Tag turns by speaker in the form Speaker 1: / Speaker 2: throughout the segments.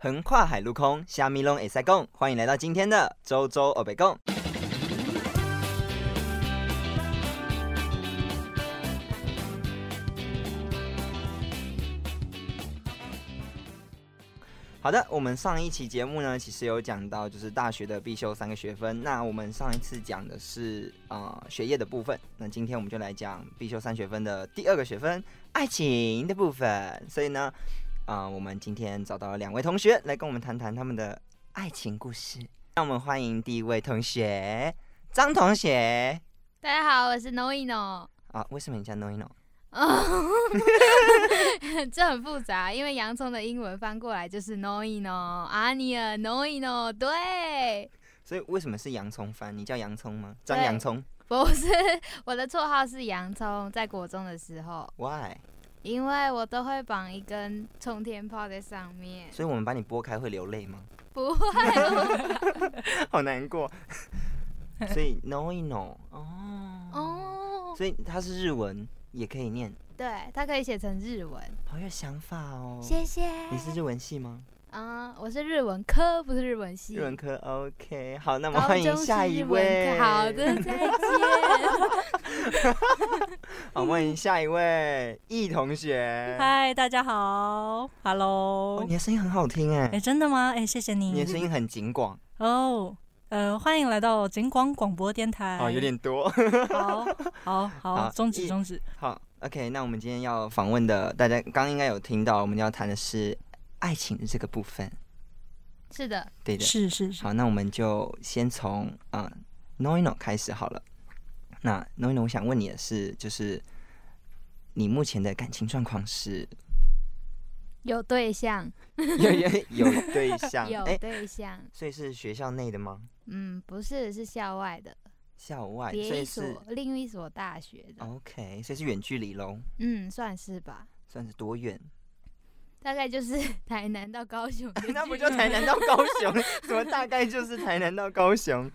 Speaker 1: 横跨海陆空，虾米拢也塞共。欢迎来到今天的周周欧北共。好的，我们上一期节目呢，其实有讲到就是大学的必修三个学分。那我们上一次讲的是呃学业的部分，那今天我们就来讲必修三学分的第二个学分——爱情的部分。所以呢，呃，我们今天找到了两位同学来跟我们谈谈他们的爱情故事。让我们欢迎第一位同学张同学
Speaker 2: 大家好，我是 Noino。
Speaker 1: 啊，为什么你叫 Noino？
Speaker 2: 这很复杂，因为洋葱的英文翻过来就是 Noino，阿尼尔 Noino，对，
Speaker 1: 所以为什么是洋葱番？你叫洋葱吗？张
Speaker 2: 对
Speaker 1: 洋葱
Speaker 2: 不是我的绰号是洋葱，在国中的时候，
Speaker 1: ？Why？
Speaker 2: 因为我都会绑一根冲天炮在上面，
Speaker 1: 所以我们把你拨开会流泪吗？
Speaker 2: 不会
Speaker 1: 好难过。 所以 no i no 哦，
Speaker 2: 哦，
Speaker 1: 所以它是日文，也可以念，
Speaker 2: 对，它可以写成日文，
Speaker 1: 好有想法哦。
Speaker 2: 谢谢。
Speaker 1: 你是日文系吗？
Speaker 2: 啊、我是日文科，不是日文系
Speaker 1: 日。文科 OK，好，那我们
Speaker 2: 高
Speaker 1: 欢迎
Speaker 2: 中是
Speaker 1: 下一
Speaker 2: 日文
Speaker 1: 位。
Speaker 2: 科好的，，再见。
Speaker 1: 好，欢迎下一位易同学。
Speaker 3: 嗨，大家好
Speaker 1: 哦，
Speaker 3: ，Hello
Speaker 1: 你。的声音很好听哎
Speaker 3: 哎、，真的吗？哎、谢谢
Speaker 1: 你的
Speaker 3: 你。
Speaker 1: 声音很紧广
Speaker 3: 哦呃，欢迎来到景广广播电台。
Speaker 1: 哦，有点多。
Speaker 3: 好，好，
Speaker 1: 好
Speaker 3: 好，终
Speaker 1: 一
Speaker 3: 止，终止。
Speaker 1: 好，OK，那我们今天要访问的，大家刚刚应该有听到，我们要谈的是爱情的这个部分，
Speaker 2: 是的，
Speaker 1: 对的。
Speaker 3: 是是是。
Speaker 1: 好，那我们就先从啊、Noino 开始好了。那 Noino，我想问你的是，就是你目前的感情状况是
Speaker 2: 有对象，
Speaker 1: 有有有对象？
Speaker 2: 有
Speaker 1: 哎、
Speaker 2: 对象。
Speaker 1: 所以是学校内的吗？
Speaker 2: 嗯，不是，是校外的，
Speaker 1: 校外，哎所
Speaker 2: 别
Speaker 1: 以
Speaker 2: 一所
Speaker 1: 是哦
Speaker 2: 另一所大学的，
Speaker 1: OK，所以是远距离喽，
Speaker 2: 嗯，算是吧，
Speaker 1: 算是多远？
Speaker 2: 大概就是 台南到高雄的距离，
Speaker 1: 那不就台南到高雄？ 怎么大概就是台南到高雄？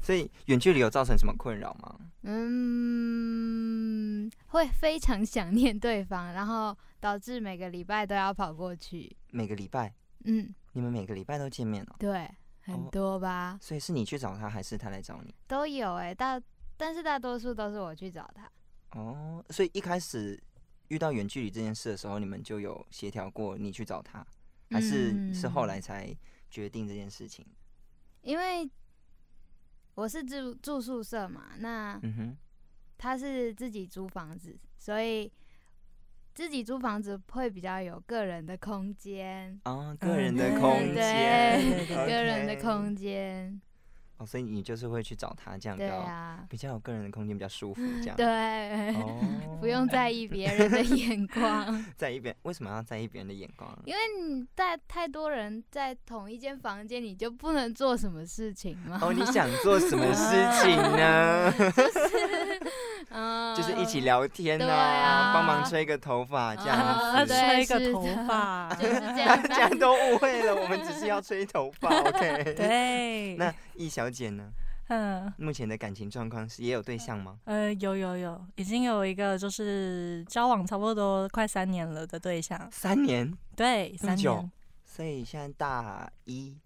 Speaker 1: 所以远距离有造成什么困扰吗？
Speaker 2: 嗯，会非常想念对方，然后导致每个礼拜都要跑过去，
Speaker 1: 每个礼拜，
Speaker 2: 嗯，
Speaker 1: 你们每个礼拜都见面哦、
Speaker 2: 对，
Speaker 1: 哦
Speaker 2: 很多吧，
Speaker 1: 所以是你去找他，还是他来找你？
Speaker 2: 都有哎、大，但是大多数都是我去找他，
Speaker 1: 哦，所以一开始遇到远距离这件事的时候，你们就有协调过你去找他，还是、是后
Speaker 2: 嗯
Speaker 1: 来才决定这件事情？
Speaker 2: 因为我是住住宿舍嘛，那
Speaker 1: 嗯哼，
Speaker 2: 他是自己租房子，所以自己租房子会比较有个人的空间，
Speaker 1: 啊，个人的
Speaker 3: 嗯
Speaker 1: 空间，
Speaker 2: 对，
Speaker 1: OK
Speaker 2: 个人的空间，
Speaker 1: 哦，所以你就是会去找他，这样比
Speaker 2: 对
Speaker 1: 较、
Speaker 2: 啊，嗯
Speaker 1: 比较有个人的空间，比较舒服，这 样。
Speaker 2: 对，
Speaker 1: 哦
Speaker 2: 不用在意别人的 眼光，
Speaker 1: 在意别人，为什么要在意别人的眼光？
Speaker 2: 因为你带太多人在同一间房间，你就不能做什么事情嘛，
Speaker 1: 哦，你想做什么事情呢？
Speaker 2: 嗯，
Speaker 1: 哦就是一起聊天
Speaker 2: 对
Speaker 1: 啊，帮、忙
Speaker 2: 啊
Speaker 1: 吹个头发这
Speaker 2: 啊
Speaker 1: 样
Speaker 3: 啊，
Speaker 1: 子。
Speaker 2: 对
Speaker 3: 吹
Speaker 2: 是
Speaker 3: 个头
Speaker 2: 的
Speaker 3: 发。
Speaker 2: 哦就是 这
Speaker 1: 大
Speaker 2: 样吧，
Speaker 1: 家都误会了，我们只是要吹头发，OK？
Speaker 3: 对。
Speaker 1: 那易小姐呢？
Speaker 3: 嗯
Speaker 1: 目前的感情状况是也有对象吗？
Speaker 3: 呃，有有有，已经有一个就是交往差不多快三年了的对象。
Speaker 1: 三年，
Speaker 3: 对，
Speaker 1: 这么
Speaker 3: 三
Speaker 1: 久
Speaker 3: 年。
Speaker 1: 所以现在大一，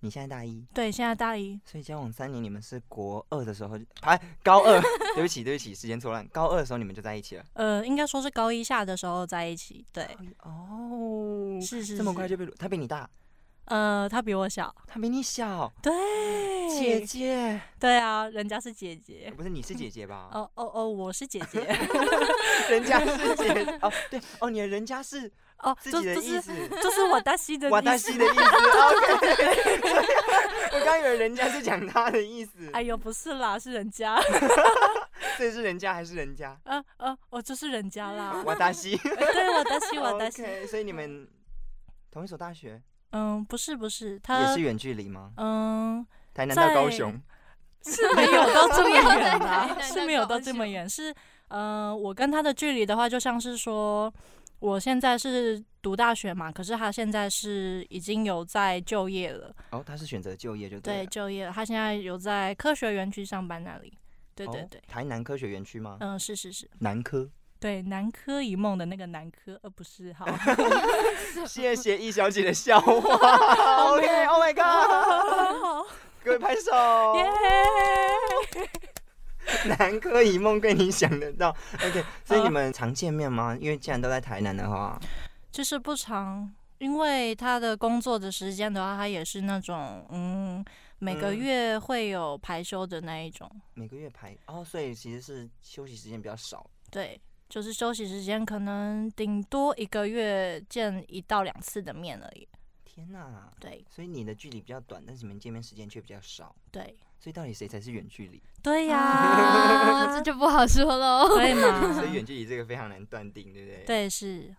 Speaker 1: 你现在大一，
Speaker 3: 对，现在大一。
Speaker 1: 所以交往三年，你们是国二的时候就，哎，高二， 对不起，对不起，时间错乱，高二的时候你们就在一起了。
Speaker 3: 呃，应该说是高一下的时候在一起。对。
Speaker 1: 哦，
Speaker 3: 是是。
Speaker 1: 这么
Speaker 3: 是
Speaker 1: 快就被他比你大，
Speaker 3: 呃，他比我小。
Speaker 1: 他比你小，
Speaker 3: 对。
Speaker 1: 姐姐，
Speaker 3: 对啊，人家是姐姐。
Speaker 1: 不是你是姐姐吧？
Speaker 3: 哦哦哦，我是姐姐。
Speaker 1: 人家是姐， 哦，对，哦，你的人家是
Speaker 3: 哦，
Speaker 1: 自
Speaker 3: 就
Speaker 1: 己的
Speaker 3: 就
Speaker 1: 意
Speaker 3: 是
Speaker 1: 思。
Speaker 3: 就是我大西的
Speaker 1: 瓦达
Speaker 3: 意思。
Speaker 1: 西的意 思，OK。我刚以为人家是讲他的意思，
Speaker 3: 哎呦，不是啦，是人家。
Speaker 1: 这是人家还是人 家？
Speaker 3: 呃呃，我就是人家 啦。
Speaker 1: 瓦达西，
Speaker 3: 对，我大西，我大西。
Speaker 1: 哦 OK，所以你们同一所大学
Speaker 3: 嗯，不是不是，
Speaker 1: 也
Speaker 3: 他
Speaker 1: 是远距离吗？
Speaker 3: 嗯
Speaker 1: 台南到
Speaker 3: 在
Speaker 1: 高雄，
Speaker 3: 是没有到 这么远
Speaker 2: 没有到
Speaker 3: 啦，是没有到这么远。是呃，我跟他的距离的话，就像是说，我现在是读大学嘛，可是他现在是已经有在就业了，
Speaker 1: 哦，他是选择就业就
Speaker 3: 对，
Speaker 1: 了
Speaker 3: 就业了。他现在有在科学园区上班那里。对对
Speaker 1: 哦
Speaker 3: 对，嗯
Speaker 1: 台南科学园区吗？
Speaker 3: 嗯，是是是，
Speaker 1: 南科
Speaker 3: 对，南柯一梦的那个南柯，呃，不是， 好，
Speaker 1: 谢谢易小姐的笑 话。OK，Oh、my god！各位拍手。
Speaker 3: 耶！
Speaker 1: 南柯一梦被你想得到。OK，所以你们常见面吗？因为既然都在台南的话，
Speaker 3: 就是不长，因为他的工作的时间的话，他也是那种嗯，每个
Speaker 1: 嗯
Speaker 3: 月会有排休的那一种，
Speaker 1: 每个月排哦，所以其实是休息时间比较少。
Speaker 3: 对，就是休息时间可能顶多一个月见一到两次的面而已，
Speaker 1: 天哪、
Speaker 3: 对
Speaker 1: 所以你的距离比较短，但是你们见面时间却比较少。
Speaker 3: 对
Speaker 1: 所以到底谁才是远距离？
Speaker 3: 对呀、
Speaker 2: 啊哎
Speaker 1: 哦
Speaker 2: 这就不好说喽。
Speaker 1: 所
Speaker 3: 对
Speaker 1: 以
Speaker 3: 嘛，
Speaker 1: 远距离这个非常难断定，对不对？，
Speaker 3: 啊对是，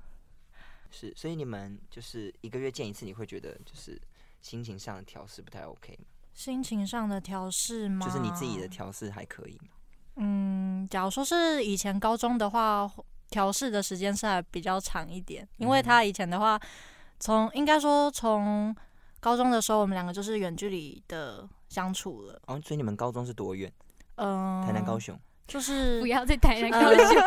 Speaker 1: 是。所以你们就是一个月见一次，你会觉得就是心情上的调试不太 OK 吗？
Speaker 3: 心情上的调试吗？
Speaker 1: 就是你自己的调试还可以吗？
Speaker 3: 嗯，假如说是以前高中的话，调试的时间是还比较长一点，因为
Speaker 1: 嗯
Speaker 3: 他以前的话，从应该说从高中的时候，我们两个就是远距离的相处了。
Speaker 1: 哦，所以你们高中是多远？
Speaker 3: 嗯，
Speaker 1: 台南、高雄。
Speaker 3: 就 是
Speaker 2: 不要再台南高
Speaker 3: 呃
Speaker 2: 雄，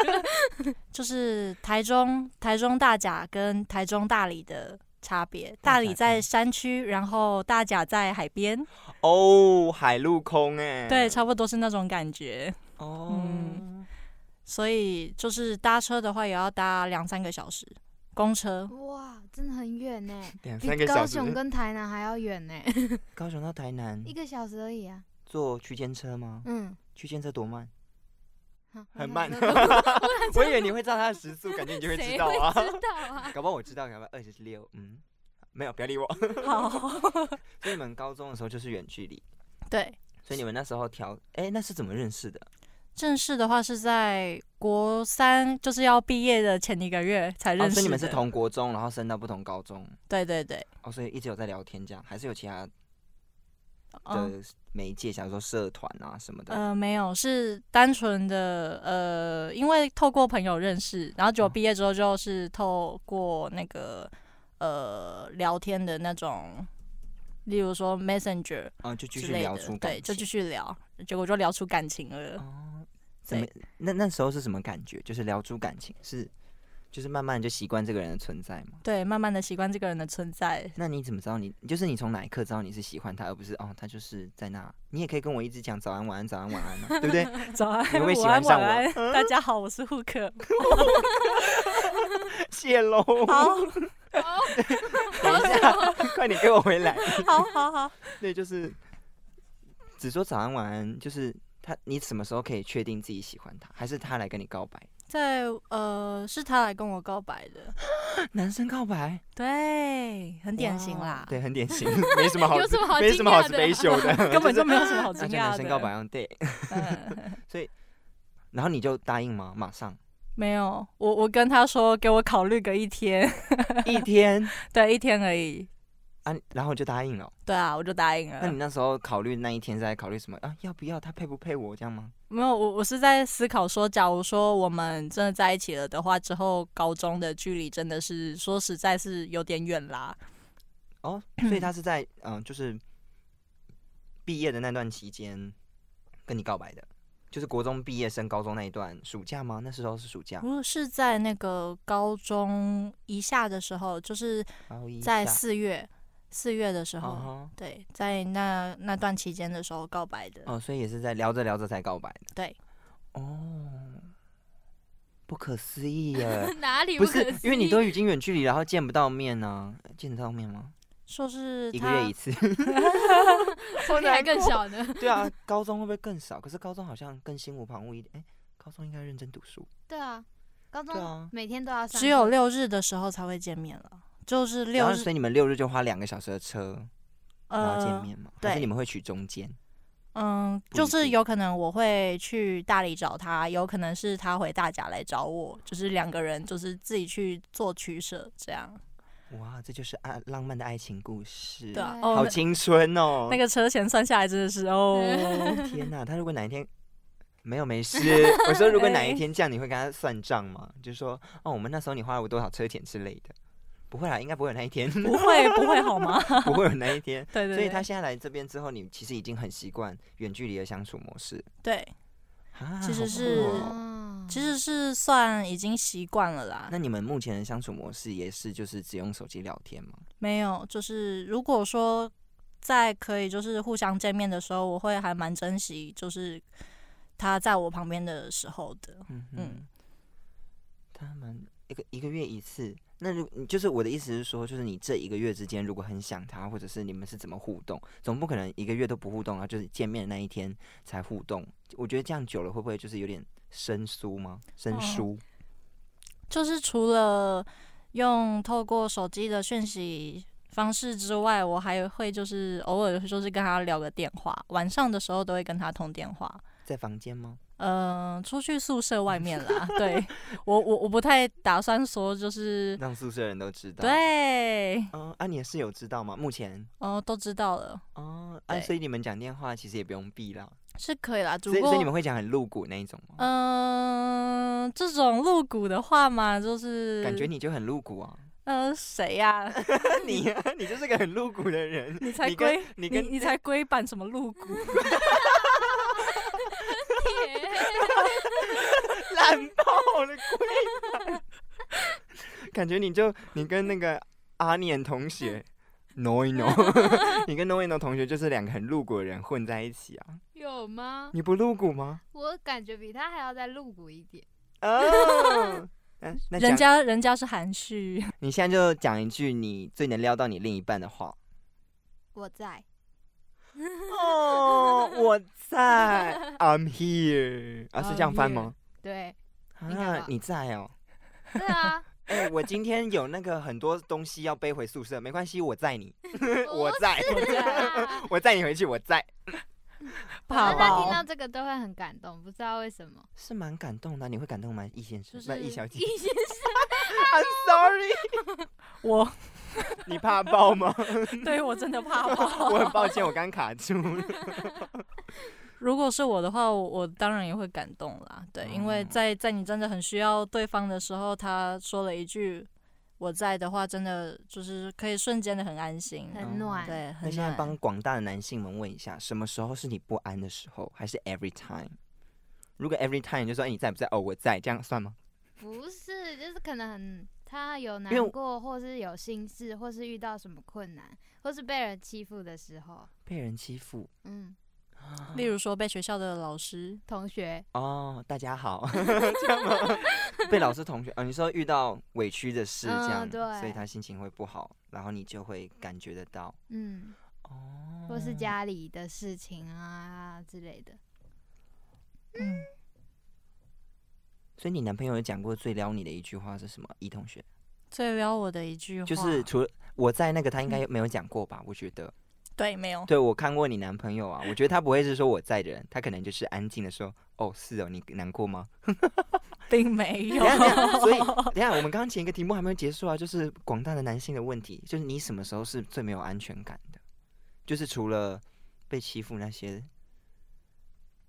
Speaker 3: 就是台中、台中大甲跟台中大理的差别。大理
Speaker 1: 嗯
Speaker 3: 在山区，然后大甲在海边，
Speaker 1: 哦，海陆空哎、
Speaker 3: 对，差不多是那种感觉。
Speaker 1: 哦、
Speaker 3: 嗯所以就是搭车的话，也要搭两三个小时，公车。
Speaker 2: 哇，真的很远呢，
Speaker 1: 两三
Speaker 2: 比
Speaker 1: 个
Speaker 2: 高
Speaker 1: 小时。
Speaker 2: 雄跟台南还要 远呢，
Speaker 1: 高雄到台南
Speaker 2: 一个小时而已啊。
Speaker 1: 坐区间车吗？
Speaker 2: 嗯，
Speaker 1: 区间车多 慢？
Speaker 2: 好
Speaker 1: 很慢
Speaker 2: 我 想说
Speaker 1: 我以为你会知道它的时速，感觉你就会知
Speaker 2: 谁
Speaker 1: 道啊。
Speaker 2: 会知道啊？
Speaker 1: 搞不好我知道，搞不好二十六，嗯，没有，不要理我。
Speaker 3: 好，
Speaker 1: 所以你们高中的时候就是远距离，
Speaker 3: 对，
Speaker 1: 所以你们那时候调，哎、那是怎么认识的？
Speaker 3: 正式的话是在国三，就是要毕业的前一个月才认
Speaker 1: 哦，
Speaker 3: 识、
Speaker 1: 所以你们是？同国中，然后升到不同高中，
Speaker 3: 对对对，
Speaker 1: 哦，所以一直有在聊天这样，还是有其他
Speaker 3: 嗯
Speaker 2: 哦
Speaker 1: 的媒介，想说社团啊什么的。
Speaker 2: 嗯
Speaker 3: 呃没有，是单纯的呃，因为透过朋友认识，然后结果
Speaker 1: 哦
Speaker 3: 毕业之后就是透过那个呃聊天的那种，例如说 Messenger
Speaker 1: 哦，就继
Speaker 3: 之
Speaker 1: 续
Speaker 3: 类
Speaker 1: 聊
Speaker 3: 的
Speaker 1: 出，感
Speaker 3: 对，就继
Speaker 1: 情
Speaker 3: 续聊，结果就聊出感情了。
Speaker 1: 哦，怎么
Speaker 3: 对，？
Speaker 1: 那那时候是什么感觉？就是聊出感情，是就是慢慢就习惯这个人的存在吗？
Speaker 3: 对，慢慢的习惯这个人的存在，
Speaker 1: 那你怎么知道你就是你从哪一刻知道你是喜欢他，而不是哦他就是在那？你也可以跟我一直讲早安晚安早安晚安啊嘛，对不对？
Speaker 3: 早安，
Speaker 1: 你会不会喜
Speaker 3: 午安，
Speaker 1: 欢上
Speaker 3: 晚
Speaker 1: 我
Speaker 3: 安， 大家好，我是 Hook。
Speaker 1: 谢喽，
Speaker 3: 好，
Speaker 1: 等一下，快点给我回来。
Speaker 3: 好，好，好。
Speaker 1: 对，就是只说早安晚安，就是他，你什么时候可以确定自己喜欢他，还是他来跟你告白？
Speaker 3: 在呃，是他来跟我告白的，
Speaker 1: 男生告白，
Speaker 3: 对，很典型
Speaker 1: 哇
Speaker 3: 啦，
Speaker 1: 对，很典型，没什么好，
Speaker 2: 有什么好
Speaker 1: 没什么好
Speaker 2: 惊讶的！
Speaker 1: special 的，
Speaker 3: 根本
Speaker 1: 是
Speaker 3: 就没有什么 好惊
Speaker 1: 而且
Speaker 3: 讶
Speaker 1: 男
Speaker 3: 的。
Speaker 1: 生告白，嗯对，
Speaker 3: 嗯，
Speaker 1: 然后你就答应吗？马上
Speaker 3: 没有，我我跟他说给我考虑个一天，
Speaker 1: 一天
Speaker 3: 对，一天而已，
Speaker 1: 啊，然后就答 应了。
Speaker 3: 对啊，我就答应
Speaker 1: 那
Speaker 3: 了
Speaker 1: 你。那时候考虑那一天是在考虑什么啊？要不要他配不配我这样吗？
Speaker 3: 没有，我我是在思考说，假如说我们真的在一起了的话，之后高中的距离真的是说实在是有点远啦，
Speaker 1: 哦，所以他是在嗯、呃就是毕业的那段期间跟你告白的，就是国中毕业升高中那一段暑假吗？那时候是暑假，
Speaker 3: 我是在那个高中一下的时候，就是
Speaker 1: 然后一
Speaker 3: 在
Speaker 1: 下
Speaker 3: 四月四月的时候。
Speaker 1: 哦
Speaker 3: 对，在那那段期间的时候告白的，
Speaker 1: 吼哦，所以也是在聊着聊着才告白的。
Speaker 3: 对，
Speaker 1: 哦，不可思议耶
Speaker 2: 哪里
Speaker 1: 不
Speaker 2: 可
Speaker 1: 是
Speaker 2: 思，
Speaker 1: 因为你
Speaker 2: 议
Speaker 1: 都已经远距离，然后见不到面呢、见得到面吗？
Speaker 3: 说是
Speaker 1: 一个月
Speaker 3: 他
Speaker 1: 一 次，
Speaker 2: 说不定还更小呢。
Speaker 1: 对啊，高中会不会更少？可是高中好像更心无旁骛一点。哎、高中应该认真读书。
Speaker 2: 对啊，高
Speaker 1: 对
Speaker 2: 中
Speaker 1: 啊，
Speaker 2: 每天都要上课，
Speaker 3: 只有六日的时候才会见面了，就是
Speaker 1: 然
Speaker 3: 六
Speaker 1: 后
Speaker 3: 日
Speaker 1: 所以你们六日就花两个小时的车，然后见
Speaker 3: 呃
Speaker 1: 面嘛？还是
Speaker 3: 对
Speaker 1: 你们会取中间？
Speaker 3: 嗯，
Speaker 1: 不
Speaker 3: 就
Speaker 1: 一
Speaker 3: 是
Speaker 1: 定
Speaker 3: 有可能我会去大理找他，有可能是他回大甲来找我，就是两个人就是自己去做取舍这样。
Speaker 1: 哇，这就是爱浪漫的爱情故事，
Speaker 3: 对啊，
Speaker 2: 对
Speaker 3: 哦
Speaker 1: 好
Speaker 3: 那
Speaker 1: 青春哦！
Speaker 3: 那个车钱算下来真的是哦，
Speaker 1: 天哪，他如果哪一天没有没事，我说如果
Speaker 3: 哎
Speaker 1: 哪一天这样，你会跟他算账吗？就是说，哦，我们那时候你花了我多少车钱之类的。不会啦，应该不会有那一天，
Speaker 3: 不会不会好 吗？
Speaker 1: 不会有那一天。
Speaker 3: 对对对，
Speaker 1: 所以他现在来这边之后，你其实已经很习惯远距离的相处模式。
Speaker 3: 对
Speaker 1: 啊
Speaker 3: 其
Speaker 1: 好
Speaker 3: 实
Speaker 1: 酷
Speaker 3: 是
Speaker 1: 哦
Speaker 2: 啊
Speaker 3: 其实是算已经习惯了啦。
Speaker 1: 那你们目前的相处模式也是就是只用手机聊天吗？
Speaker 3: 没有，就是如果说在可以就是互相见面的时候，我会还蛮珍惜，就是他在我旁边的时候的。
Speaker 1: 嗯
Speaker 3: 嗯
Speaker 1: 嗯，他们一个一个月一次。那如就是我的意思是说，就是你这一个月之间，如果很想他，或者是你们是怎么互动，总不可能一个月都不互动啊，就是见面的那一天才互动。我觉得这样久了会不会就是有点生疏吗？生
Speaker 3: 哦
Speaker 1: 疏，
Speaker 3: 就是除了用透过手机的讯息方式之外，我还会就是偶尔就是跟他聊个电话，晚上的时候都会跟他通电话。
Speaker 1: 在房间吗？
Speaker 3: 嗯、出去宿舍外面啦。 对我我我不太打算说就是
Speaker 1: 让宿舍人都知道。，
Speaker 3: 对，
Speaker 1: 嗯、啊，你的室友知道吗？目前，
Speaker 3: 哦、都知道了，
Speaker 1: 哦，啊，
Speaker 3: 对
Speaker 1: 所以你们讲电话其实也不用避啦，
Speaker 3: 是可以啦。只
Speaker 1: 所
Speaker 3: 不
Speaker 1: 以
Speaker 3: 过
Speaker 1: 所以你们会讲很露骨那一种吗？
Speaker 3: 呃嗯，这种露骨的话嘛，就是
Speaker 1: 感觉你就很露骨啊，
Speaker 3: 呃谁呀、
Speaker 1: 你啊，你就是个很露骨的人，
Speaker 3: 你才
Speaker 1: 你跟
Speaker 3: 龟
Speaker 1: 你
Speaker 3: 你
Speaker 1: 跟
Speaker 3: 你才龟版什么露骨？
Speaker 1: 烂爆了龟 板，感觉你就你跟那个阿念同 学 no no，你 跟 no no 同学就是两个很露骨的人混在一起啊，
Speaker 2: 有吗？
Speaker 1: 你不露骨吗？
Speaker 2: 我感觉比他还要再露骨一点。
Speaker 1: 哦，那那
Speaker 3: 人
Speaker 1: 讲
Speaker 3: 家人家是含蓄，
Speaker 1: 你现在就讲一句你最能撩到你另一半的 话。
Speaker 2: 我在，
Speaker 1: 哦，我在，I'm here 啊，是这样
Speaker 2: I'm
Speaker 1: 翻吗？
Speaker 2: 对，应该
Speaker 1: 啊
Speaker 2: 吧，
Speaker 1: 你在哦。
Speaker 2: 对啊，
Speaker 1: 哎、我今天有那个很多东西要背回宿舍，没关系，我载你，
Speaker 3: 哦
Speaker 1: 我
Speaker 2: 不
Speaker 1: 在，
Speaker 2: 是啊
Speaker 1: 我载你回去，我在，
Speaker 2: 大
Speaker 3: 怕
Speaker 2: 家
Speaker 3: 爆
Speaker 2: 听。到这个都会很感动，不知道为什么。
Speaker 1: 是蛮感动的啊。你会感动吗，易先生？
Speaker 3: 就是
Speaker 1: 不易小姐
Speaker 2: 一 些
Speaker 1: ，I'm sorry，
Speaker 3: 我
Speaker 1: 你怕爆吗？
Speaker 3: 对我真的怕
Speaker 1: 我很
Speaker 3: 爆。
Speaker 1: 抱歉，我刚卡住了。
Speaker 3: 如果是我的话，我我当然也会感动啦。对，因为
Speaker 1: 嗯
Speaker 3: 在在你真的很需要对方的时候，他说了一句“我在”的话，真的就是可以瞬间的很安心。
Speaker 2: 很暖，
Speaker 3: 嗯对，
Speaker 1: 那
Speaker 3: 很
Speaker 1: 现在
Speaker 3: 暖。
Speaker 1: 帮广大的男性们问一下，什么时候是你不安的时候，还是 every time？如果 every time 你就说，哎、你在不在？哦，我在，这样算吗？
Speaker 2: 不是，就是可能很他有
Speaker 1: 因为
Speaker 2: 难
Speaker 1: 我
Speaker 2: 过，或是有心事，或是遇到什么困难，或是被人欺负的时候，
Speaker 1: 被人欺负。
Speaker 2: 嗯，
Speaker 3: 例如说被学校的老师，
Speaker 2: 同学，
Speaker 1: 哦，大家 好，这样吗？被老师同学啊、你说遇到委屈的事这样，
Speaker 2: 嗯对
Speaker 1: 所以他心情会不好，然后你就会感觉得到。
Speaker 2: 嗯，
Speaker 1: 哦，
Speaker 2: 或是家里的事情啊之类的，
Speaker 3: 嗯，
Speaker 1: 所以你男朋友有讲过最撩你的一句话是什么？一同学，
Speaker 3: 最撩我的一句话
Speaker 1: 就是除了我在那个，他应
Speaker 2: 嗯
Speaker 1: 该没有讲过吧？我觉得，
Speaker 3: 对，没
Speaker 2: 哦
Speaker 3: 有。
Speaker 1: 对我看过你男朋友啊，我觉得他不会是说我在的人，他可能就是安静的说，哦，是哦，你难过吗？
Speaker 3: 并没有
Speaker 1: 等一下，等一下所以等一下，我们刚刚前一个题目还没有结束啊，就是广大的男性的问题，就是你什么时候是最没有安全感的？就是除了被欺负那些，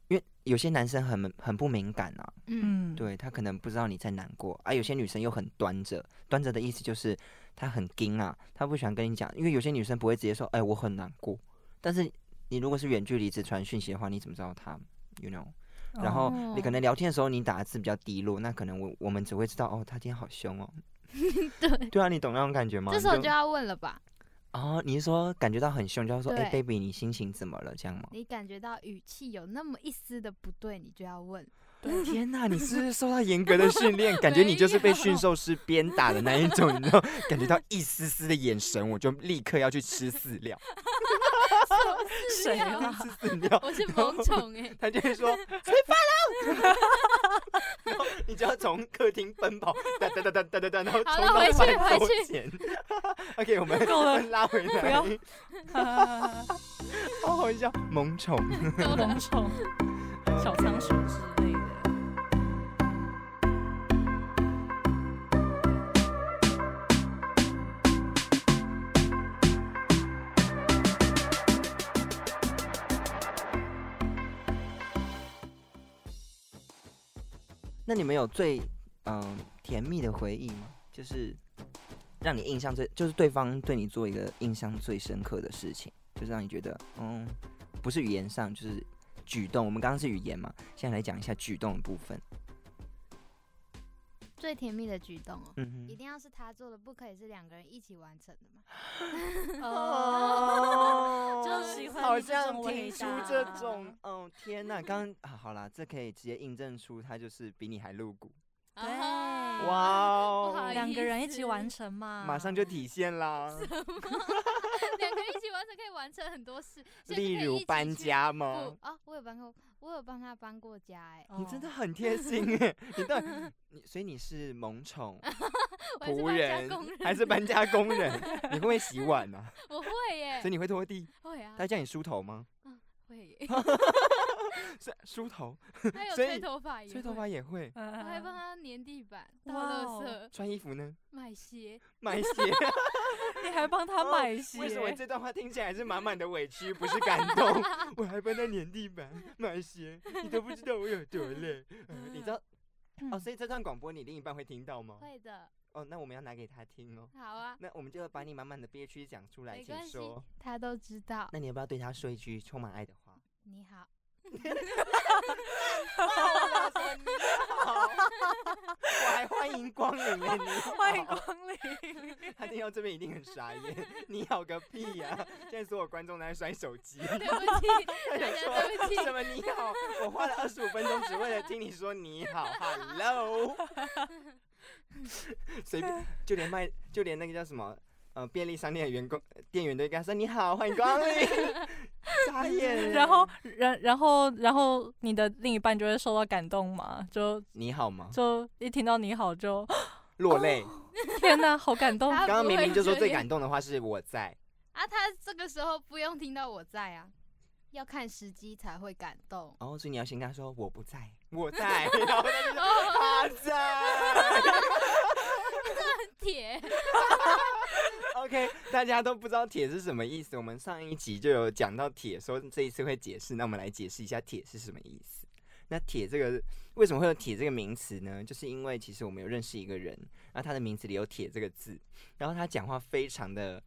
Speaker 1: 因为有些男生很很不敏感啊，
Speaker 2: 嗯，
Speaker 3: 嗯，
Speaker 1: 对他可能不知道你在难过，啊而、有些女生又很端着，端着的意思就是她很硬啊，她不喜欢跟你讲，因为有些女生不会直接说，哎、我很难过，但是你如果是远距离只传讯息的话，你怎么知道她？You know。
Speaker 3: 哦，
Speaker 1: 然后你可
Speaker 2: 哦
Speaker 1: 能聊天的时候你打字比较低落，那可能我我们只会知道哦，他今天好凶哦。
Speaker 2: 对，
Speaker 1: 对啊，你懂那种感觉吗？
Speaker 2: 这
Speaker 1: 你
Speaker 2: 时候就要问了吧，
Speaker 1: 哦，你是说感觉到很凶，就要说哎、
Speaker 2: 对？
Speaker 1: baby 你心情怎么了这样吗
Speaker 2: 你感觉到语气有那么一丝的不对，你就要 问，
Speaker 1: 天哪，你是不是受到严 格的训练？感觉你就是被驯兽师鞭打的那一种，你知道？感 觉到一丝丝的眼神，我就立刻要去吃饲料，
Speaker 3: 谁
Speaker 2: 啊
Speaker 3: 啊？
Speaker 1: 吃饲料。
Speaker 2: 我是
Speaker 1: 然后
Speaker 2: 萌宠 哎、
Speaker 1: 他就会 说吃饭了， 然后你就要从客厅奔跑，哒哒哒哒哒哒哒，然后
Speaker 2: 好
Speaker 1: 冲
Speaker 2: 了
Speaker 1: 到
Speaker 2: 回去
Speaker 1: 饭
Speaker 2: 回
Speaker 1: 桌
Speaker 2: 去
Speaker 1: 前。OK，我们
Speaker 3: 够了
Speaker 1: 拉回来，
Speaker 3: 不要嗯
Speaker 1: 好好笑，萌 宠。
Speaker 3: 萌宠、小仓鼠之类的。
Speaker 1: 那你们有最嗯、甜蜜的回忆吗？就是让你印象最，就是对方对你做一个印象最深刻的事情，就是让你觉得嗯，不是语言上，就是举动。我们刚刚是语言嘛，现在来讲一下举动的部分。
Speaker 2: 最甜蜜的举动哦，一
Speaker 1: 嗯
Speaker 2: 定要是他做的，不可以是两个人一起完成的嘛？
Speaker 3: 哦， 就喜欢
Speaker 1: 好
Speaker 3: 你这
Speaker 1: 像
Speaker 3: 种
Speaker 1: 听
Speaker 3: 味
Speaker 1: 出
Speaker 3: 道
Speaker 1: 这种，嗯，天哪，刚啊，好啦，这可以直接印证出他就是比你还露骨，
Speaker 3: 对
Speaker 1: 哇
Speaker 4: 哇，不好意
Speaker 1: 哦，
Speaker 4: 思
Speaker 3: 两个人一起完成嘛，
Speaker 1: 马上就体现 啦，
Speaker 4: 两个人一起完成可以完成很多事，甚至可以
Speaker 1: 例如搬家
Speaker 4: 一起去。
Speaker 1: 吗
Speaker 4: 不？
Speaker 2: 哦，我有帮过，我有帮他搬过家哎、
Speaker 3: 哦。
Speaker 1: 你 真的很贴心哎，你到 底你所以你是萌宠
Speaker 4: 我还是
Speaker 1: 仆
Speaker 4: 搬家
Speaker 1: 人
Speaker 4: 工人
Speaker 1: 还是搬家工人？你会不会洗碗啊？
Speaker 4: 我会耶
Speaker 1: 所以，你会 拖地？
Speaker 4: 会啊，
Speaker 1: 他叫你梳头吗？
Speaker 4: 会 耶，
Speaker 1: 是啊梳头，
Speaker 4: 还有
Speaker 1: 所以
Speaker 4: 吹头哎发也会，
Speaker 1: 吹头发啊也会，
Speaker 4: 我还帮
Speaker 3: 嗯
Speaker 4: 他粘地板、倒
Speaker 3: 哇
Speaker 4: 垃
Speaker 3: 哦
Speaker 4: 圾、
Speaker 1: 穿衣服呢？
Speaker 4: 买鞋，
Speaker 1: 买鞋。哦
Speaker 3: 你还帮他买鞋，
Speaker 1: 为什 么这段话听起来是满满的委屈，不是感动？ 我还帮他粘 地板、买鞋，你都不知道我有多累。呃你知道哦，所以这段广播你另一半会听到吗？
Speaker 4: 嗯会的，
Speaker 1: 哦，那我们要拿给他听哦。
Speaker 4: 好啊，
Speaker 1: 那我们就把你满满的憋屈讲出来，
Speaker 4: 没
Speaker 1: 请
Speaker 4: 关系
Speaker 1: 说。
Speaker 2: 他都知道。
Speaker 1: 那你要不要对他说一句充满爱的 话？
Speaker 2: 你好，
Speaker 1: 我还欢迎光临呢，你好
Speaker 3: 欢迎光临。
Speaker 1: 他听到这边一定很傻眼，你好个屁呀、现在所有观众都在摔手机。
Speaker 4: 对不 起，
Speaker 1: 他想说
Speaker 4: 对不起
Speaker 1: 什么你好？我花了二十五分钟只为了听你说你好，Hello。随便，就连卖，就连那个叫什么，呃，便利商店的员工店员都跟他说你好，欢迎光 临，傻眼。
Speaker 3: 然后，然然后然后你的另一半就会受到感动嘛，就
Speaker 1: 你好吗？
Speaker 3: 就一听到你好就
Speaker 1: 落泪。
Speaker 3: 哦天哪，好感动。
Speaker 4: 他
Speaker 1: 刚刚明明就说最
Speaker 3: 啊
Speaker 4: 不会觉得
Speaker 1: 感动的话是我在，
Speaker 2: 啊，他这个时候不用听到我在啊，要看时机才会感 动。
Speaker 1: 哦，所以你要先跟他说我不在，我在，然后他就说他在。
Speaker 4: 铁
Speaker 1: OK，大家都不知道铁是什么意思。我们上一集就有讲到铁，说这一次会解释。那我们来解释一下铁是什么意思。那铁这个为什么会有铁这个名词呢？就是因为其实我们有认识一个人，然后他的名字里有铁这个字，然后他讲话非常的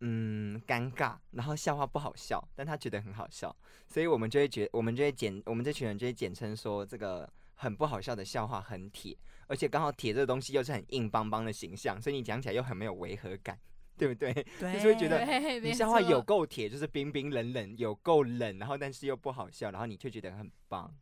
Speaker 1: 嗯尴尬，然后笑话不好笑，但他觉得很好笑，所以我们就会觉我们就会简我们这群人就会简称说这个很不好笑的笑话很铁，而且刚好铁这个东西又是很硬邦邦的形象，所以你讲起来又很没有违和感，对不对？
Speaker 3: 对
Speaker 1: 就是会觉得
Speaker 4: 对，
Speaker 1: 你
Speaker 4: 没
Speaker 1: 笑话有
Speaker 4: 错
Speaker 1: 够铁，就是冰冰冷冷，有够冷，然后但是又不好笑，然后你却觉得很棒。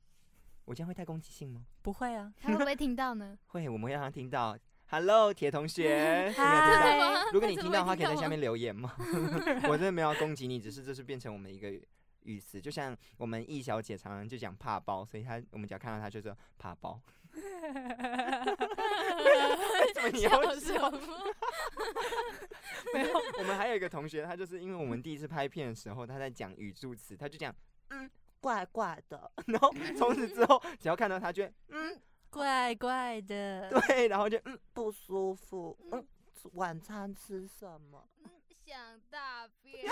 Speaker 1: 我这样会太攻击性吗？
Speaker 3: 不 会啊，
Speaker 2: 他会不会听到呢？
Speaker 1: 会，我们会让他听到。Hello，铁同学，你有听到？
Speaker 4: 对
Speaker 3: 嗨
Speaker 4: 吗，
Speaker 1: 如果你听到的
Speaker 4: 他
Speaker 1: 话，
Speaker 4: 怎
Speaker 1: 可
Speaker 4: 么会
Speaker 1: 以在
Speaker 4: 听
Speaker 1: 下
Speaker 4: 到
Speaker 1: 面留言吗？ 我真的没有要攻击你，只是这是变成我们一个语词，就像我们易小姐常常就讲怕包，所以她我们只要看到她就说怕 包。为什么你要
Speaker 4: 我笑什么？
Speaker 1: 没有，我们还有一个同学，他就是因为我们第一次拍片的时候，他在讲语助词，他就讲嗯怪怪的， 然 后从此之后，只要看到他就会嗯
Speaker 3: 怪怪的。
Speaker 1: 对，然后就嗯
Speaker 5: 不舒服。嗯，晚餐吃什么？
Speaker 2: 想大 便，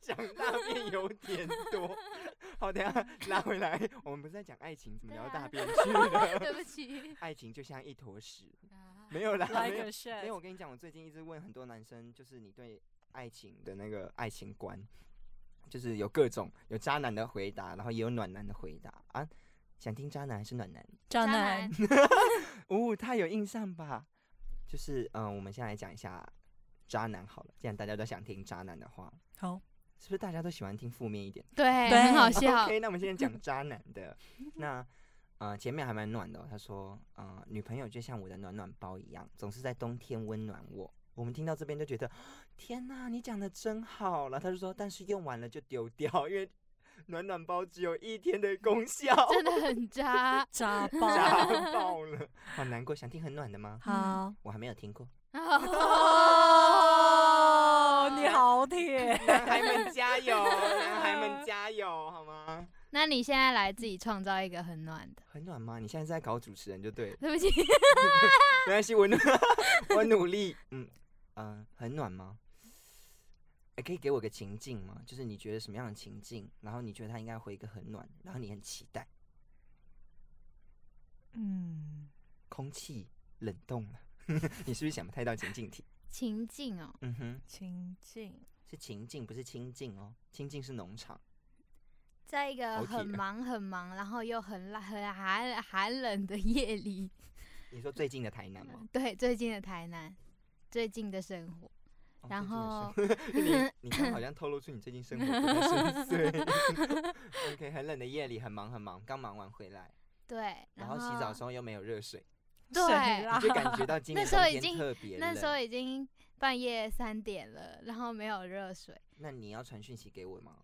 Speaker 1: 讲大便有点多。好，等一下拉回来，我们不是在讲爱情，怎么聊到大便去 了？
Speaker 4: 对不起，
Speaker 1: 爱情就像一坨屎，
Speaker 4: 啊
Speaker 1: 没 有啦，没有
Speaker 3: Like a
Speaker 1: 因为
Speaker 3: shit，
Speaker 1: 我跟你讲，我最近一直问很多男生，就是你对爱情的那个爱情观，就是有各种有渣男的回答，然后也有暖男的回答啊。想听渣男还是暖男？
Speaker 3: 渣
Speaker 4: 渣
Speaker 3: 男
Speaker 4: 男，
Speaker 1: 哦，他有印象吧？就是嗯、呃我们先来讲一下渣男好了。既然大家都想听渣男的话，
Speaker 3: 好，
Speaker 1: 是不是大家都喜欢听负面一点？
Speaker 4: 对
Speaker 3: 对
Speaker 4: 很好
Speaker 3: 哦。
Speaker 2: 啊
Speaker 4: 笑，
Speaker 1: OK，那我们现在讲渣男的。那呃，前面还蛮暖的、哦，他说呃，女朋友就像我的暖暖包一样，总是在冬天温暖我。我们听到这边就觉得，天哪，你讲的真好了。他就说，但是用完了就丢掉，因为暖暖包只有一天的功效，
Speaker 4: 真的很渣
Speaker 3: 渣爆。
Speaker 1: 炸爆了，好难过。想听很暖的吗？
Speaker 3: 好，
Speaker 1: 我还没有听过。
Speaker 3: 哦，你好铁，
Speaker 1: 男孩们加 油，男孩们加油，好吗？
Speaker 2: 那你现在来自己创造一个很暖的，
Speaker 1: 很暖吗？你现在是在搞主持人就对了。
Speaker 2: 对不起，
Speaker 1: 没关系，我努 我努力，嗯嗯、呃很暖吗？哎，可以给我个情境吗？就是你觉得什么样的情境，然后你觉得他应该回一个很暖，然后你很期待。
Speaker 3: 嗯，
Speaker 1: 空气冷冻了， 你是不是想不太到情境题？
Speaker 2: 情境哦，
Speaker 1: 嗯哼，
Speaker 3: 情境，
Speaker 1: 是情境，不是清境哦。清境是农场，
Speaker 2: 在一个
Speaker 1: 好体
Speaker 2: 很忙很忙，然后又很冷很寒寒冷的夜里，
Speaker 1: 你说最近的台南吗？
Speaker 2: 对，最近的台南，最近的生活，
Speaker 1: 哦
Speaker 2: 然后
Speaker 1: 最近的生 你你刚好像透露出你最近生活不太顺遂。OK，很冷的夜里，很忙很忙，刚忙完回来，
Speaker 2: 对，
Speaker 1: 然
Speaker 2: 然
Speaker 1: 后洗澡的时候又没有热水，
Speaker 2: 对
Speaker 1: 你就感觉到今年
Speaker 2: 那时候
Speaker 1: 冬
Speaker 2: 已
Speaker 1: 天
Speaker 2: 经
Speaker 1: 特别
Speaker 2: 那时
Speaker 1: 冷。
Speaker 2: 候已经半夜三点了，然后没有热水，
Speaker 1: 那你要传讯息给我吗？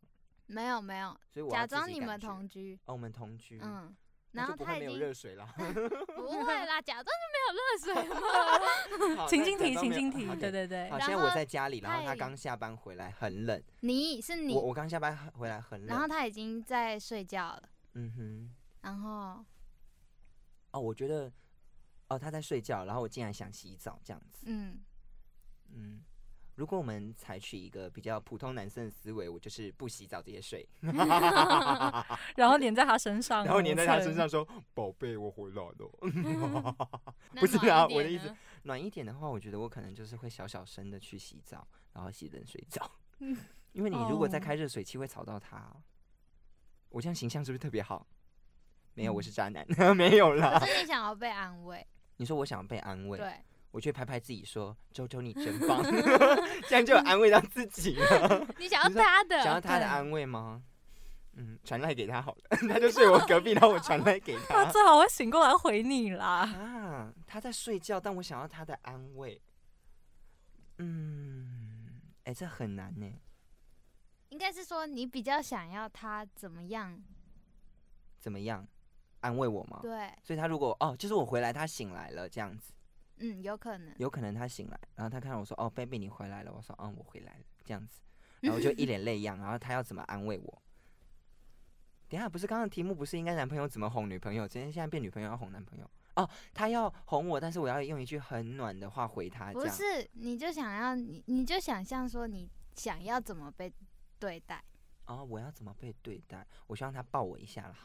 Speaker 2: 没有没有，
Speaker 1: 所以我要
Speaker 2: 假
Speaker 1: 自
Speaker 2: 装
Speaker 1: 己
Speaker 2: 你
Speaker 1: 感
Speaker 2: 们
Speaker 1: 觉
Speaker 2: 同居，
Speaker 1: 哦，我们同居，
Speaker 2: 嗯，
Speaker 1: 那
Speaker 2: 然
Speaker 1: 就
Speaker 2: 后
Speaker 1: 不
Speaker 2: 他
Speaker 1: 会
Speaker 2: 已
Speaker 1: 没有
Speaker 2: 经
Speaker 1: 热 水啦。
Speaker 2: 不会啦，假装就没有热水嘛。
Speaker 1: 好
Speaker 3: 情
Speaker 1: 哦那
Speaker 3: 境
Speaker 1: 假
Speaker 3: 题，
Speaker 1: 装
Speaker 3: 情
Speaker 1: 没有
Speaker 3: 境题
Speaker 1: 好，
Speaker 3: 对
Speaker 1: 对。
Speaker 3: 对对
Speaker 1: 好，
Speaker 2: 然
Speaker 1: 现在我
Speaker 2: 后
Speaker 1: 在家里，然后
Speaker 2: 他
Speaker 1: 他
Speaker 2: 也
Speaker 1: 刚下班回来，很冷。
Speaker 2: 你是你
Speaker 1: 我，我刚下班回来很
Speaker 2: 然后
Speaker 1: 冷。
Speaker 2: 他已经在睡觉了，
Speaker 1: 嗯哼，
Speaker 2: 然后
Speaker 1: 哦，我觉得，哦，他在睡觉，然后我竟然想洗澡这样子。
Speaker 2: 嗯，
Speaker 1: 嗯，如果我们采取一个比较普通男生的思维，我就是不洗澡直接睡，
Speaker 3: 然后粘在他身上，哦
Speaker 1: 然后粘在他
Speaker 3: 磨蹭
Speaker 1: 身上说：“啊宝贝，我回来了。
Speaker 4: 那
Speaker 1: 不是
Speaker 4: 暖
Speaker 1: 啊
Speaker 4: 一
Speaker 1: 我
Speaker 4: 点
Speaker 1: 的意思
Speaker 4: 呢，”
Speaker 1: 暖一点的话，我觉得我可能就是会小小声的去洗澡，然后洗冷水澡
Speaker 2: 嗯。
Speaker 1: 因为你如果再
Speaker 3: 哦
Speaker 1: 开热水器会吵到他。我这样形象是不是特别好？没有，我是渣男， 没有 啦
Speaker 2: 可。是你想要被 安慰，
Speaker 1: 你说我想被安慰，
Speaker 2: 对，
Speaker 1: 我却拍拍自己说：“周周你真 棒。” 这样就有安慰到自己了。
Speaker 4: 你想要
Speaker 1: 你说
Speaker 4: 他
Speaker 1: 想
Speaker 4: 的，
Speaker 1: 要他的
Speaker 3: 对
Speaker 1: 安慰吗？嗯，传赖给他好了， 他就睡我隔壁，然后我传赖给
Speaker 3: 他
Speaker 1: 他。
Speaker 3: 最好会醒过来回你啦。
Speaker 1: 啊，他在睡觉，但我想要他的安慰。嗯，哎、这很难呢。
Speaker 2: 应该是说你比较想要他怎么样，
Speaker 1: 怎么样？安慰我吗？
Speaker 2: 对，
Speaker 1: 所以他如果哦，就是我回来，他醒来了这样子，
Speaker 2: 嗯，有可能，
Speaker 1: 有可能他醒来，然后他看到我说：“哦，baby，你回来了。”我说：“嗯，我回来了。”这样子， 然后我就一脸泪样，然后他要怎么安慰我？等一下，不是刚刚题目不是应该男朋友怎么哄女朋友？今天现在变女朋友要哄男朋友哦，他要哄我，但是我要用一句很暖的话回他，啊这
Speaker 2: 不
Speaker 1: 样
Speaker 2: 是，你就想要你你就想象说你想要怎么被对待，
Speaker 1: 哦，我要怎么被对待？我希望他抱我一下啦，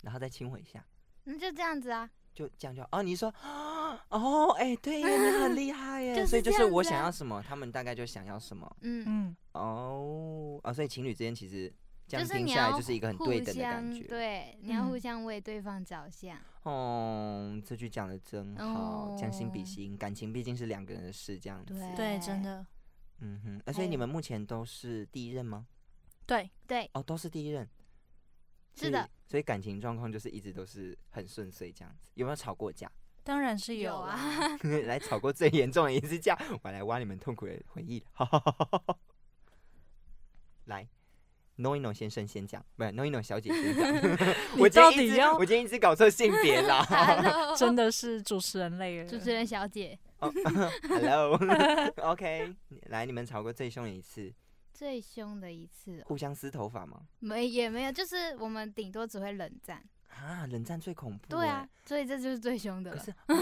Speaker 1: 然后再亲我一下，
Speaker 2: 那就这样子啊，
Speaker 1: 就这样就哦，你说 哦，哎、对耶，你很厉害耶，
Speaker 2: 就是
Speaker 1: 所以就
Speaker 2: 这
Speaker 1: 是
Speaker 2: 样
Speaker 1: 我
Speaker 2: 子
Speaker 1: 想
Speaker 2: 啊
Speaker 1: 要什么，他们大概就想要什么。
Speaker 2: 嗯，
Speaker 3: 嗯，
Speaker 1: 哦啊，所以情侣之间其实这样
Speaker 2: 是
Speaker 1: 听
Speaker 2: 你
Speaker 1: 下来
Speaker 2: 要
Speaker 1: 就是一个很
Speaker 2: 互
Speaker 1: 对等的感
Speaker 2: 相
Speaker 1: 觉。
Speaker 2: 对，你要互
Speaker 3: 嗯
Speaker 2: 相为对方着想，
Speaker 1: 哦，这句讲的真好，将心比
Speaker 2: 哦
Speaker 1: 心，感情毕竟是两个人的事，这样子。
Speaker 2: 对
Speaker 3: 对，真的，
Speaker 1: 嗯哼、啊，所
Speaker 2: 还
Speaker 1: 以你
Speaker 2: 有
Speaker 1: 们目前都是第一任吗？
Speaker 3: 对，
Speaker 2: 对，
Speaker 1: 哦，都是第一任。所
Speaker 2: 是的
Speaker 1: 以，，所以感情状况就是一直都是很顺遂这样子。有没有吵过架？
Speaker 3: 当然是
Speaker 2: 有
Speaker 3: 啦
Speaker 2: 啊。
Speaker 1: 来吵过最严重的一次架，我来挖你们痛苦的回忆。 来，Noino 先生先讲，不是 Noino 小姐先讲。 我
Speaker 3: 你
Speaker 1: 今
Speaker 3: 到
Speaker 1: 天一
Speaker 3: 底
Speaker 1: 直
Speaker 3: 要
Speaker 1: 我今天一直搞错性别啦。
Speaker 4: Hello
Speaker 3: 啊真的是主持人类了。
Speaker 4: 主持人小姐，
Speaker 1: Hello，OK，来，你们吵过最凶的一次，
Speaker 2: 最凶的一次哦
Speaker 1: 互相撕头发吗？
Speaker 2: 没也没有，就是我们顶多只会冷战，
Speaker 1: 啊，冷战最恐怖。欸
Speaker 2: 对啊，，所以这就是最凶的
Speaker 1: 可
Speaker 2: 了
Speaker 1: 是，，啊天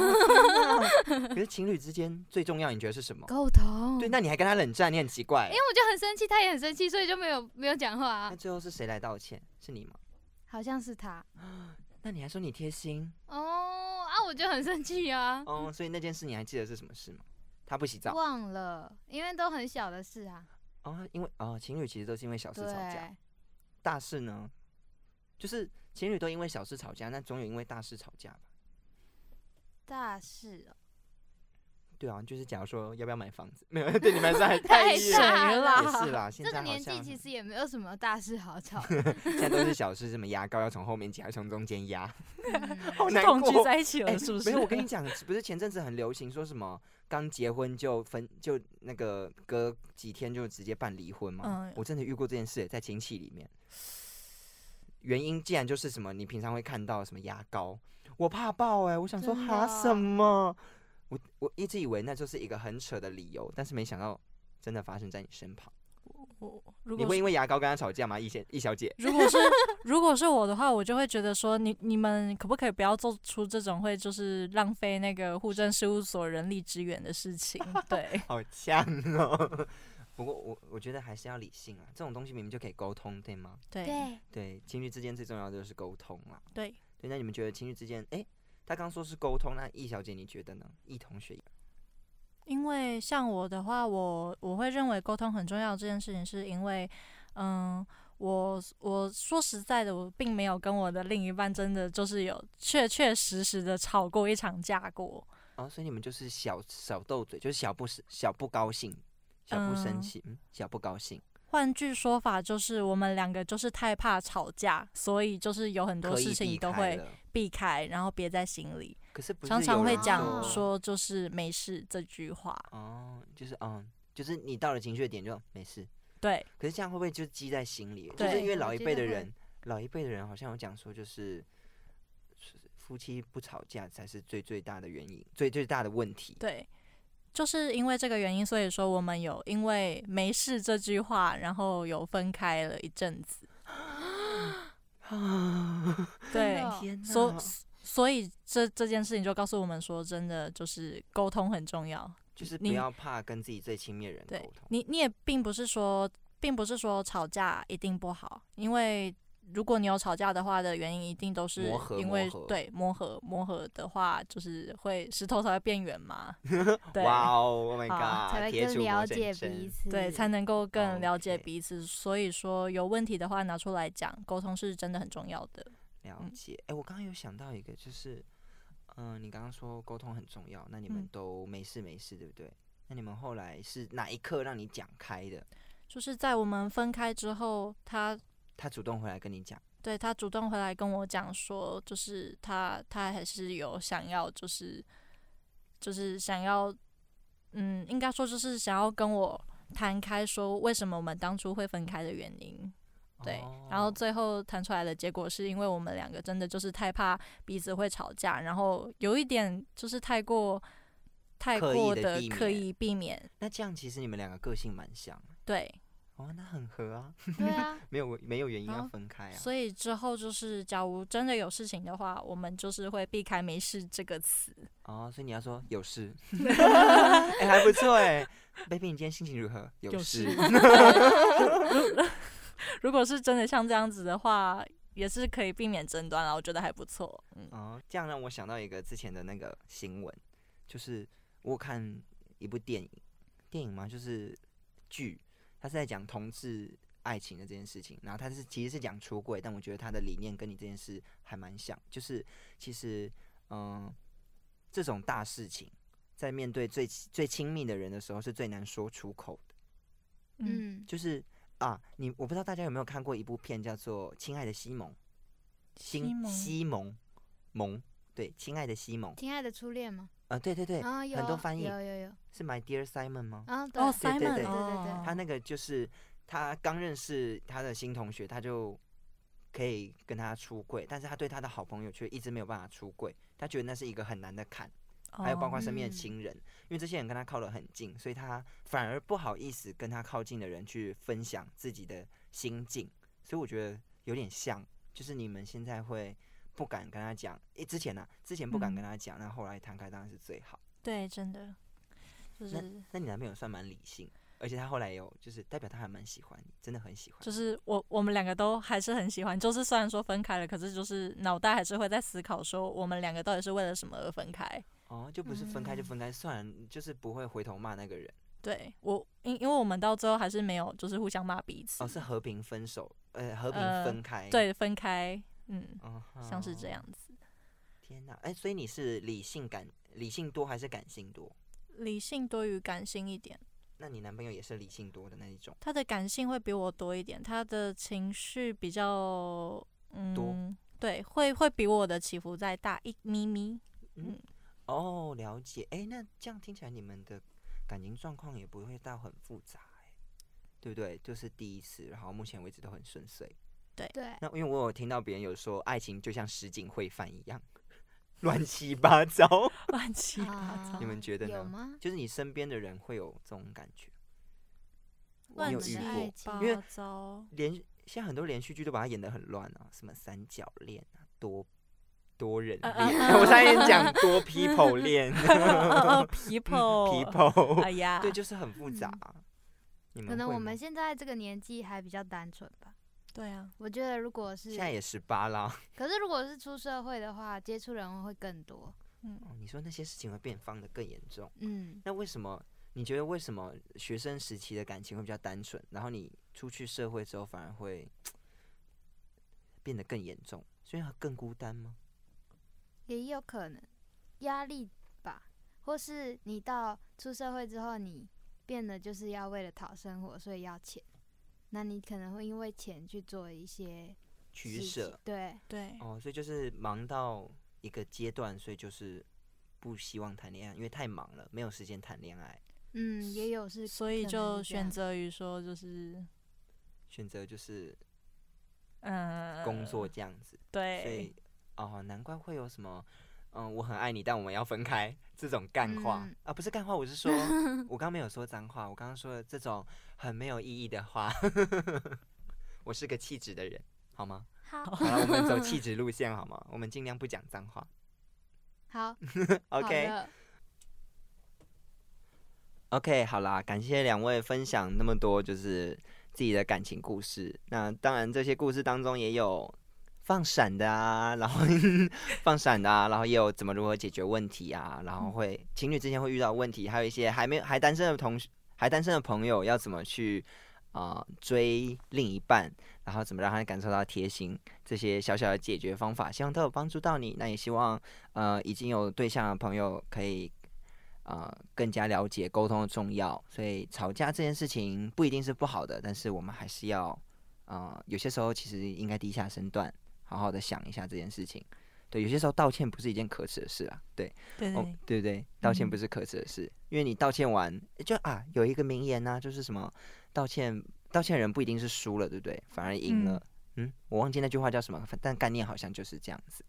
Speaker 1: 哪可是情侣之间最重要，你觉得是什么？
Speaker 2: 沟通，
Speaker 1: 对，那你还跟他冷战，你很奇怪欸
Speaker 4: 因。为我就很生气，他也很生气，所以就没有没有讲话
Speaker 1: 那
Speaker 4: 啊。
Speaker 1: 最后是谁来道歉？是你吗？
Speaker 2: 好像是他
Speaker 1: 那你还说你贴心
Speaker 4: 哦啊，我就很生气
Speaker 2: 嗯
Speaker 4: 啊。
Speaker 1: 哦，所以那件事你还记得是什么事吗？他不洗澡
Speaker 2: 忘了，因为都很小的事啊，
Speaker 1: 哦，因为哦，情侣其实都是因为小事吵架，
Speaker 2: 对，
Speaker 1: 大事呢，就是情侣都因为小事吵架，那总有因为大事吵架吧？
Speaker 2: 大事哦，
Speaker 1: 对啊，就是假如说要不要买房子，没有对你们来说还
Speaker 4: 太
Speaker 1: 远
Speaker 4: 大
Speaker 1: 了
Speaker 4: 了
Speaker 1: 也是啦， 现
Speaker 2: 这
Speaker 1: 在
Speaker 2: 个
Speaker 1: 好
Speaker 2: 年纪
Speaker 1: 像
Speaker 2: 其实也没有什么大事好吵 的，
Speaker 1: 现在都是小事，什么牙膏要从后面挤，还是从中间 压，
Speaker 2: 嗯
Speaker 1: 好
Speaker 3: 是
Speaker 1: 难
Speaker 3: 同居
Speaker 1: 过。
Speaker 3: 在一起
Speaker 1: 哎
Speaker 3: 了，是不是？
Speaker 1: 没有，我跟你讲，不是前阵子很流行说什么刚结婚就分就那个隔几天就直接办离婚吗？
Speaker 3: 嗯
Speaker 1: 我真的遇过这件事，哎在亲戚里面。原因竟然就是什么，你平常会看到什么牙膏，我怕爆哎、我想说
Speaker 2: 真的
Speaker 3: 啊
Speaker 1: 哈
Speaker 2: 哦
Speaker 1: 什么？我我一直以为那就是一个很扯的理由，但是没想到真的发生在你身旁。
Speaker 3: 我如
Speaker 1: 你
Speaker 3: 果
Speaker 1: 会
Speaker 3: 是
Speaker 1: 因为牙膏跟他吵架吗？易先易小姐，
Speaker 3: 如果是 如果是我的话，我就会觉得说，你你们可不可以不要做出这种会就是浪费那个户政事务所人力资源的 事情？对，
Speaker 1: 好呛哦。 不过我我觉得还是要理性啊，这种东西明明就可以沟通，对吗？
Speaker 3: 对
Speaker 2: 对，
Speaker 1: 对，情侣之间最重要的就是沟通啦。
Speaker 3: 对，
Speaker 1: 对，那你们觉得情侣之间，哎、他刚说是沟通，那易小姐你觉得呢？易同学，
Speaker 3: 因为像我的话，我我会认为沟通很重要这件事情，是因为嗯。我我说实在的，我并没有跟我的另一半真的就是有确确实实的吵过一场架过。
Speaker 1: 哦，所以你们就是小小斗嘴，就是小不小不高兴，小不生
Speaker 3: 嗯
Speaker 1: 气，嗯，小不高兴，
Speaker 3: 换句说法，就是我们两个就是太怕吵架，所以就是有很多
Speaker 1: 可以
Speaker 3: 事情
Speaker 1: 避
Speaker 3: 都
Speaker 1: 开
Speaker 3: 会
Speaker 1: 了
Speaker 3: 避开，然后别在心里。
Speaker 1: 可是不是
Speaker 3: 常常
Speaker 1: 有
Speaker 3: 会
Speaker 1: 人
Speaker 3: 讲
Speaker 1: 说
Speaker 3: 说就是没事这句话，
Speaker 1: 哦，就是嗯，就是你到了情绪的点就没事，
Speaker 3: 对，
Speaker 1: 可是这样会不会就积在心里？就是
Speaker 3: 对
Speaker 1: 因为老
Speaker 2: 我
Speaker 1: 一
Speaker 2: 觉
Speaker 1: 辈
Speaker 2: 得
Speaker 1: 的
Speaker 2: 会
Speaker 1: 人，老一辈的人好像有讲说，就是夫妻不吵架才是最最大的原因，最最大的问题。
Speaker 3: 对，就是因为这个原因，所以说我们有因为没事这句话，然后有分开了一阵子。对，
Speaker 1: 哎天哪
Speaker 3: 所所以这这件事情就告诉我们说，真的就是沟通很重要。
Speaker 1: 就是不
Speaker 3: 你
Speaker 1: 要怕跟自己最亲密的人
Speaker 3: 对
Speaker 1: 沟通。
Speaker 3: 你，你也并不是说，并不是说吵架一定不好，因为如果你有吵架的话的原因，一定都是
Speaker 1: 磨合
Speaker 3: 因
Speaker 1: 磨
Speaker 3: 为
Speaker 1: 合
Speaker 3: 对磨合磨合的话，就是会石头才会变 圆嘛。对。
Speaker 1: 哇哦，Oh my
Speaker 3: 好
Speaker 1: god！
Speaker 2: 才会
Speaker 1: 铁
Speaker 2: 更
Speaker 1: 杵
Speaker 2: 了
Speaker 1: 磨成
Speaker 2: 解彼
Speaker 1: 针
Speaker 2: 此，
Speaker 3: 对，才能够更了解
Speaker 1: OK
Speaker 3: 彼此。所以说，有问题的话拿出来讲，沟通是真的很重要的。
Speaker 1: 了
Speaker 3: 嗯
Speaker 1: 解。哎、我刚刚有想到一个，就是，嗯、你刚刚说沟通很重要，那你们
Speaker 3: 嗯
Speaker 1: 都没事没事，对不对？那你们后来是哪一刻让你讲开的？
Speaker 3: 就是在我们分开之后，他
Speaker 1: 他主动回来跟你讲，
Speaker 3: 对他主动回来跟我讲说，就是他他还是有想要，就是就是想要，嗯，应该说就是想要跟我谈开，说为什么我们当初会分开的原因。对，然后
Speaker 1: 哦
Speaker 3: 最后谈出来的结果是因为我们两个真的就是太怕彼此会吵架，然后有一点就是太过太
Speaker 1: 刻意
Speaker 3: 过
Speaker 1: 地
Speaker 3: 的
Speaker 1: 避
Speaker 3: 刻
Speaker 1: 免
Speaker 3: 意避免，
Speaker 1: 那这样其实你们两个个性蛮像的
Speaker 3: 对，
Speaker 1: 哦，那很合啊，
Speaker 2: 对啊，
Speaker 1: 没有没有原因
Speaker 3: 然
Speaker 1: 要
Speaker 3: 后
Speaker 1: 分开啊。
Speaker 3: 哦所以之后就是假如真的有事情的话，我们就是会避开“没事”这个词。
Speaker 1: 哦，所以你要说有事， 哎、还不错哎、baby，你今天心情如何？有
Speaker 3: 有
Speaker 1: 事，
Speaker 3: 如果是真的像这样子的话，也是可以避免争端了，我觉得还不错。嗯，
Speaker 1: 哦，这样让我想到一个之前的那个新闻，就是我有看一部电影，电影嘛就是剧，它是在讲同志爱情的这件事情，然后它是其实是讲出柜，但我觉得它的理念跟你这件事还蛮像，就是其实嗯、这种大事情在面对最最亲密的人的时候是最难说出口的，
Speaker 3: 嗯，
Speaker 2: 嗯，
Speaker 1: 就是啊，你我不知道大家有没有看过一部片叫做《亲爱的西蒙》，
Speaker 3: 西
Speaker 1: 新
Speaker 3: 蒙
Speaker 1: 西蒙蒙。对，亲爱的西蒙，
Speaker 2: 亲爱的初恋嘛，
Speaker 1: 啊，对对对，
Speaker 2: 啊，有
Speaker 1: 很多翻译
Speaker 2: 有有有，
Speaker 1: 是 My Dear Simon 吗？
Speaker 2: 啊，对
Speaker 3: 哦
Speaker 1: 对对
Speaker 3: ，Simon，
Speaker 1: 对
Speaker 3: 哦
Speaker 1: 他那个就是他刚认识他的新同学，他就可以跟他出柜，但是他对他的好朋友却一直没有办法出柜，他觉得那是一个很难的坎，
Speaker 3: 哦
Speaker 1: 还有包括身边的
Speaker 2: 嗯
Speaker 1: 亲人，因为这些人跟他靠得很近，所以他反而不好意思跟他靠近的人去分享自己的心境，所以我觉得有点像，就是你们现在会。不敢跟他讲，诶、之前呢、啊之前不敢
Speaker 3: 嗯
Speaker 1: 跟他讲，那、后来摊开当然是最好。
Speaker 3: 对，真的就是
Speaker 1: 那你男朋友算蛮理性，而且他后来有就是代表他还蛮喜欢你，真的很喜欢你。
Speaker 3: 就是我我们两个都还是很喜欢，就是虽然说分开了，可是就是脑袋还是会在思考说我们两个到底是为了什么而分开。
Speaker 1: 哦，就不是分开就
Speaker 2: 嗯
Speaker 1: 分开，算了，就是不会回头骂那个人。
Speaker 3: 对我，因因为我们到最后还是没有就是互相骂彼此，
Speaker 1: 哦，是和平分手，呃，和平
Speaker 3: 呃
Speaker 1: 分开。，
Speaker 3: 对分开，嗯，
Speaker 1: 哦，
Speaker 3: 像是这。样子。
Speaker 1: 天哪，哎、所以你是理性感理性多还是感性多？
Speaker 3: 理性多于感性一点，
Speaker 1: 那你男朋友也是理性多的那一种，
Speaker 3: 他的感性会比我多一点，他的情绪比较嗯，对，会会比我的起伏再大一咪咪。
Speaker 1: 嗯
Speaker 3: 嗯，
Speaker 1: 哦，了解。哎、那这样听起来你们的感情状况也不会到很复杂、哎，对不对？就是第一次，然后目前为止都很顺遂。
Speaker 2: 对，
Speaker 1: 那因为我有听到别人有说，爱情就像实景会饭一样，乱七八糟。
Speaker 3: 乱七八糟
Speaker 1: 你。们觉得
Speaker 2: 啊
Speaker 1: 呢？
Speaker 2: 有吗？
Speaker 1: 就是你身边的人会有这种感觉，我
Speaker 3: 乱
Speaker 1: 有
Speaker 3: 七
Speaker 1: 遇
Speaker 2: 的爱
Speaker 1: 过。
Speaker 2: 情
Speaker 3: 八
Speaker 1: 因为
Speaker 3: 糟，
Speaker 1: 连现在很多连续剧都把它演得很乱啊，什么三角恋啊，多多人
Speaker 3: 呃呃
Speaker 1: 恋，
Speaker 3: 呃
Speaker 1: 我上一天讲 多 people 恋
Speaker 3: people，
Speaker 1: ，people，
Speaker 3: 哎呀，
Speaker 1: 嗯
Speaker 3: 嗯
Speaker 1: 对，就是很复杂啊。你们
Speaker 2: 可能
Speaker 1: 会
Speaker 2: 我
Speaker 1: 吗
Speaker 2: 们现在这个年纪还比较单纯吧。
Speaker 3: 对啊，
Speaker 2: 我觉得如果是
Speaker 1: 现，在也十八啦。
Speaker 2: 可是如果是出社会的话，接触人会更多。
Speaker 3: 嗯，
Speaker 1: 哦，你说那些事情会变放得更严重，
Speaker 2: 嗯，
Speaker 1: 那为什么你觉得为什么学生时期的感情会比较单纯，然后你出去社会之后反而会变得更严重，所以更孤单吗？
Speaker 2: 也有可能压力吧，或是你到出社会之后，你变得就是要为了讨生活，所以要钱，那你可能会因为钱去做一些
Speaker 1: 取
Speaker 2: 事情
Speaker 1: 舍
Speaker 2: 对，
Speaker 3: 对，
Speaker 1: 哦，所以就是忙到一个阶段，所以就是不希望谈恋爱，因为太忙了，没有时间谈恋爱，
Speaker 2: 嗯，也有是，
Speaker 3: 所以
Speaker 2: 可能
Speaker 3: 就是
Speaker 2: 这样
Speaker 3: 选择于说就是
Speaker 1: 选择就是
Speaker 3: 嗯
Speaker 1: 工作这样子。所
Speaker 3: 对
Speaker 1: 以
Speaker 2: 哎
Speaker 1: 哦，难怪会有什么。嗯，我很爱你，但我们要分开这种干话、
Speaker 2: 嗯
Speaker 1: 啊，不是干话，我 是说，我刚没有说脏话，我刚刚说的这种很没有意义的话。 我是个气质的人，好吗？
Speaker 4: 好，
Speaker 1: 好了，我们走气质路线好吗？我们尽量不讲脏话。
Speaker 2: 好
Speaker 1: OK，
Speaker 2: 好了
Speaker 1: OK，好啦，感谢两位分享那么多，就是自己的感情故事。那当然，这些故事当中也有放闪的啊，然后 放闪的啊，然后也有怎么如何解决问题啊，然后会情侣之间会遇到的问题，还有一些还没有还单身的同学还单身的朋友要怎么去啊、呃追另一半，然后怎么让他感受到贴心，这些小小的解决方法，希望都有帮助到你。那也希望呃已经有对象的朋友可以呃更加了解沟通的重要。所以吵架这件事情不一定是不好的，但是我们还是要呃有些时候其实应该低下身段，好好的想一下这件事情。对，有些时候道歉不是一件可耻的事啊。对，
Speaker 3: 对
Speaker 1: 哦对
Speaker 3: 对，
Speaker 1: 不对？道歉不
Speaker 3: 嗯
Speaker 1: 是可耻的事，因为你道歉完就啊，有一个名言呐、就是什么道歉道歉人不一定是输了，对不对？反而赢了。嗯我忘记那句话叫什么，但概念好像就是这样子。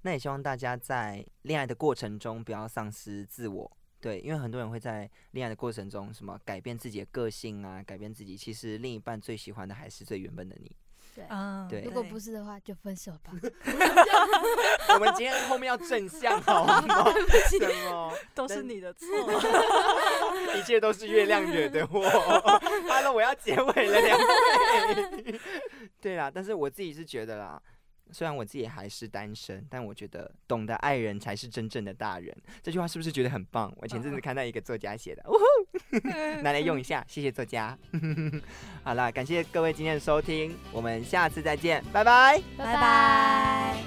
Speaker 1: 那也希望大家在恋爱的过程中不要丧失自我，对，因为很多人会在恋爱的过程中什么改变自己的个性啊，改变自己。其实另一半最喜欢的还是最原本的你。
Speaker 3: 嗯
Speaker 1: 对
Speaker 2: 如果不是的话，就分手吧。
Speaker 1: 我们今天后面要正向好 吗？什么？
Speaker 3: 都
Speaker 1: 是
Speaker 3: 是
Speaker 1: 你
Speaker 3: 你的错，
Speaker 1: 一切都是月亮惹的祸。哈喽，我要结尾了，两位。对啦，但是我自己是觉得啦，虽然我自己还是单身，但我觉得懂得爱人才是真正的大人。这句话是不是觉得很棒？我前阵子看到一个作家写的，呜呼，拿来用一下，谢谢作家。 好啦，感谢各位今天的收听，我们下次再见，拜拜。
Speaker 3: 拜拜。